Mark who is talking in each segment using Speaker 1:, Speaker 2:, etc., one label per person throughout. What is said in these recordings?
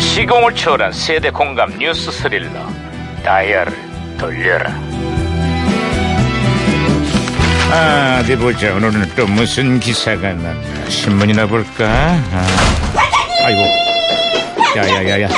Speaker 1: 시공을 초월한 세대 공감 뉴스 스릴러 다이얼을 돌려라 아, 어디 보자 오늘은 또 무슨 기사가 났나 신문이나 볼까 아. 아이고 야야야야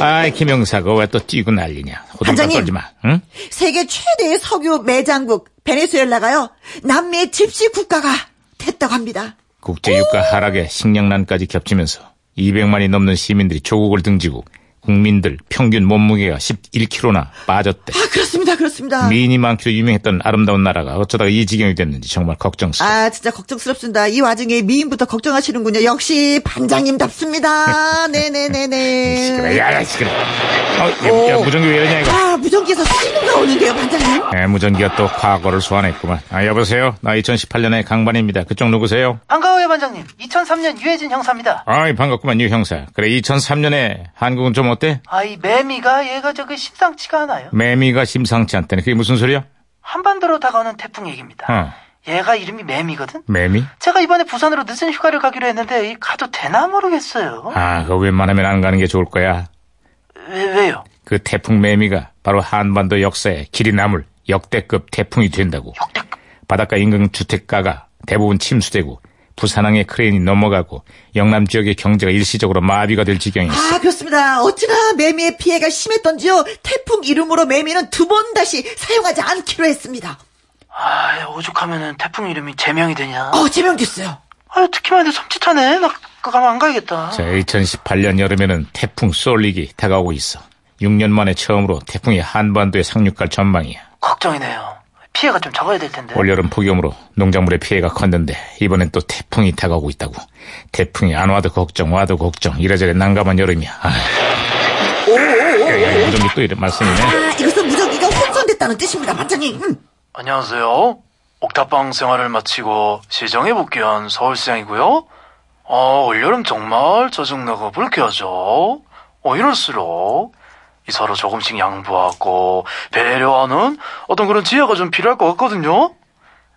Speaker 1: 아이 김영사가 왜 또 뛰고 난리냐 호들갑
Speaker 2: 반장님.
Speaker 1: 떨지 마 응?
Speaker 2: 세계 최대의 석유 매장국 베네수엘라가요. 남미의 집시 국가가 됐다고 합니다.
Speaker 1: 국제유가 하락에 식량난까지 겹치면서 200만이 넘는 시민들이 조국을 등지고 국민들 평균 몸무게가 11kg나 빠졌대
Speaker 2: 아 그렇습니다, 그렇습니다.
Speaker 1: 미인이 많기로 유명했던 아름다운 나라가 어쩌다가 이 지경이 됐는지 정말 걱정스러워.
Speaker 2: 아 진짜 걱정스럽습니다. 이 와중에 미인부터 걱정하시는군요. 역시 반장님답습니다.
Speaker 1: 아, 시끄러.
Speaker 2: 네네네네.
Speaker 1: 야, 야, 시끄러. 어, 야, 야,
Speaker 2: 아, 음. 오.
Speaker 1: 무전기 왜 이러냐 이거.
Speaker 2: 아 무전기에서 신호가 오는데요, 반장님.
Speaker 1: 에, 무전기가 또 과거를 소환했구만. 아, 여보세요. 나 2018년의 강반입니다. 그쪽 누구세요?
Speaker 3: 반가워요 반장님 2003년 유해진 형사입니다
Speaker 1: 아이, 반갑구만, 유 형사. 그래, 2003년에 한국은 좀 어때?
Speaker 3: 아이 매미가 얘가 저기 심상치가 않아요
Speaker 1: 매미가 심상치 않다네. 그게 무슨 소리야?
Speaker 3: 한반도로 다가오는 태풍 얘기입니다
Speaker 1: 어.
Speaker 3: 얘가 이름이 매미거든
Speaker 1: 매미?
Speaker 3: 제가 이번에 부산으로 늦은 휴가를 가기로 했는데 이 가도 되나 모르겠어요
Speaker 1: 아, 그거 웬만하면 안 가는 게 좋을 거야.
Speaker 3: 왜, 왜요?
Speaker 1: 그 태풍 매미가 바로 한반도 역사에 길이 남을 역대급 태풍이 된다고.
Speaker 3: 역대급
Speaker 1: 바닷가 인근 주택가가 대부분 침수되고 부산항의 크레인이 넘어가고 영남 지역의 경제가 일시적으로 마비가 될 지경이었어.
Speaker 2: 아 그렇습니다. 어찌나 매미의 피해가 심했던지요. 태풍 이름으로 매미는 두 번 다시 사용하지 않기로 했습니다.
Speaker 3: 아 오죽하면은 태풍 이름이 제명이 되냐
Speaker 2: 어 제명됐어요.
Speaker 3: 아유 특히나 섬찟하네 나 가면 안 가야겠다
Speaker 1: 자, 2018년 여름에는 태풍 쏠릭이 다가오고 있어. 6년 만에 처음으로 태풍이 한반도에 상륙할 전망이야.
Speaker 3: 걱정이네요 피해가 좀 적어야 될 텐데
Speaker 1: 올여름 폭염으로 농작물의 피해가 컸는데 이번엔 또 태풍이 다가오고 있다고. 태풍이 안 와도 걱정, 와도 걱정. 이래저래 난감한 여름이야. 아, 야, 무전기 또 이런 말씀이네.
Speaker 2: 아 이것은 무전기가 혼선됐다는 뜻입니다, 반장님. 음.
Speaker 3: 안녕하세요. 옥탑방 생활을 마치고 시정에 복귀한 서울시장이고요. 아, 올여름 정말 짜증나고 불쾌하죠. 어, 이럴수록 이 서로 조금씩 양보하고 배려하는 어떤 그런 지혜가 좀 필요할 것 같거든요.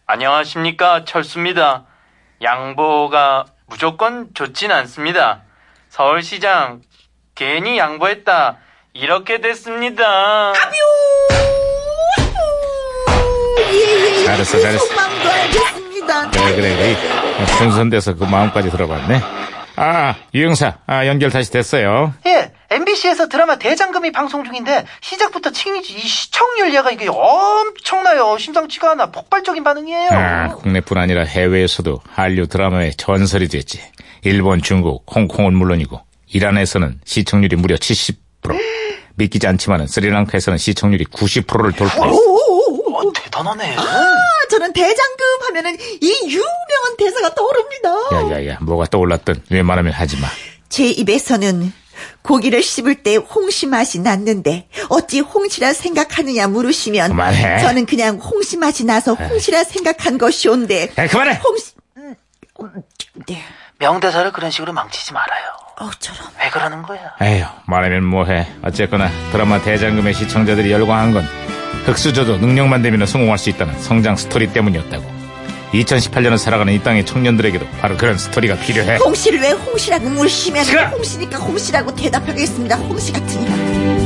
Speaker 3: 안녕하십니까, 철수입니다. 양보가 무조건 좋진 않습니다. 서울시장, 괜히 양보했다. 이렇게 됐습니다.
Speaker 2: 예예예.
Speaker 1: 잘했어, 잘했어.
Speaker 2: 속마음도 알겠습니다.
Speaker 1: 그래 네, 그래 그래 분선돼서 그 마음까지 들어봤네 아 유영사 아 연결 다시 됐어요
Speaker 3: 예, MBC에서 드라마 대장금이 방송 중인데 시작부터 칭, 이 시청률 얘가 이게 엄청나요. 심상치가 않아. 폭발적인 반응이에요.
Speaker 1: 아 국내뿐 아니라 해외에서도 한류 드라마의 전설이 됐지 일본 중국 홍콩은 물론이고 이란에서는 시청률이 무려 70% 믿기지 않지만은 스리랑카에서는 시청률이 90%를 돌파했어
Speaker 2: 오오오.
Speaker 3: 와, 뭐 대단하네.
Speaker 2: 아, 저는 대장금 하면은 이 유명한 대사가 떠오릅니다.
Speaker 1: 야야야 뭐가 떠올랐든 웬만하면 하지마
Speaker 2: 제 입에서는 고기를 씹을 때 홍시 맛이 났는데 어찌 홍시라 생각하느냐 물으시면
Speaker 1: 그만해. 네.
Speaker 2: 저는 그냥 홍시 맛이 나서 홍시라 생각한 것이온데
Speaker 1: 야 그만해
Speaker 2: 홍시 음, 음, 네.
Speaker 3: 명대사를 그런 식으로 망치지 말아요.
Speaker 2: 어 저런
Speaker 3: 왜 그러는 거야?
Speaker 1: 에휴 말하면 뭐해 어쨌거나 드라마 대장금의 시청자들이 열광한 건 흑수저도 능력만 되면 성공할 수 있다는 성장 스토리 때문이었다고 2018년을 살아가는 이 땅의 청년들에게도 바로 그런 스토리가 필요해
Speaker 2: 홍시를 왜 홍시라고 물으시면
Speaker 1: 시끄러!
Speaker 2: 홍시니까 홍시라고 대답하겠습니다. 홍시 같은 이라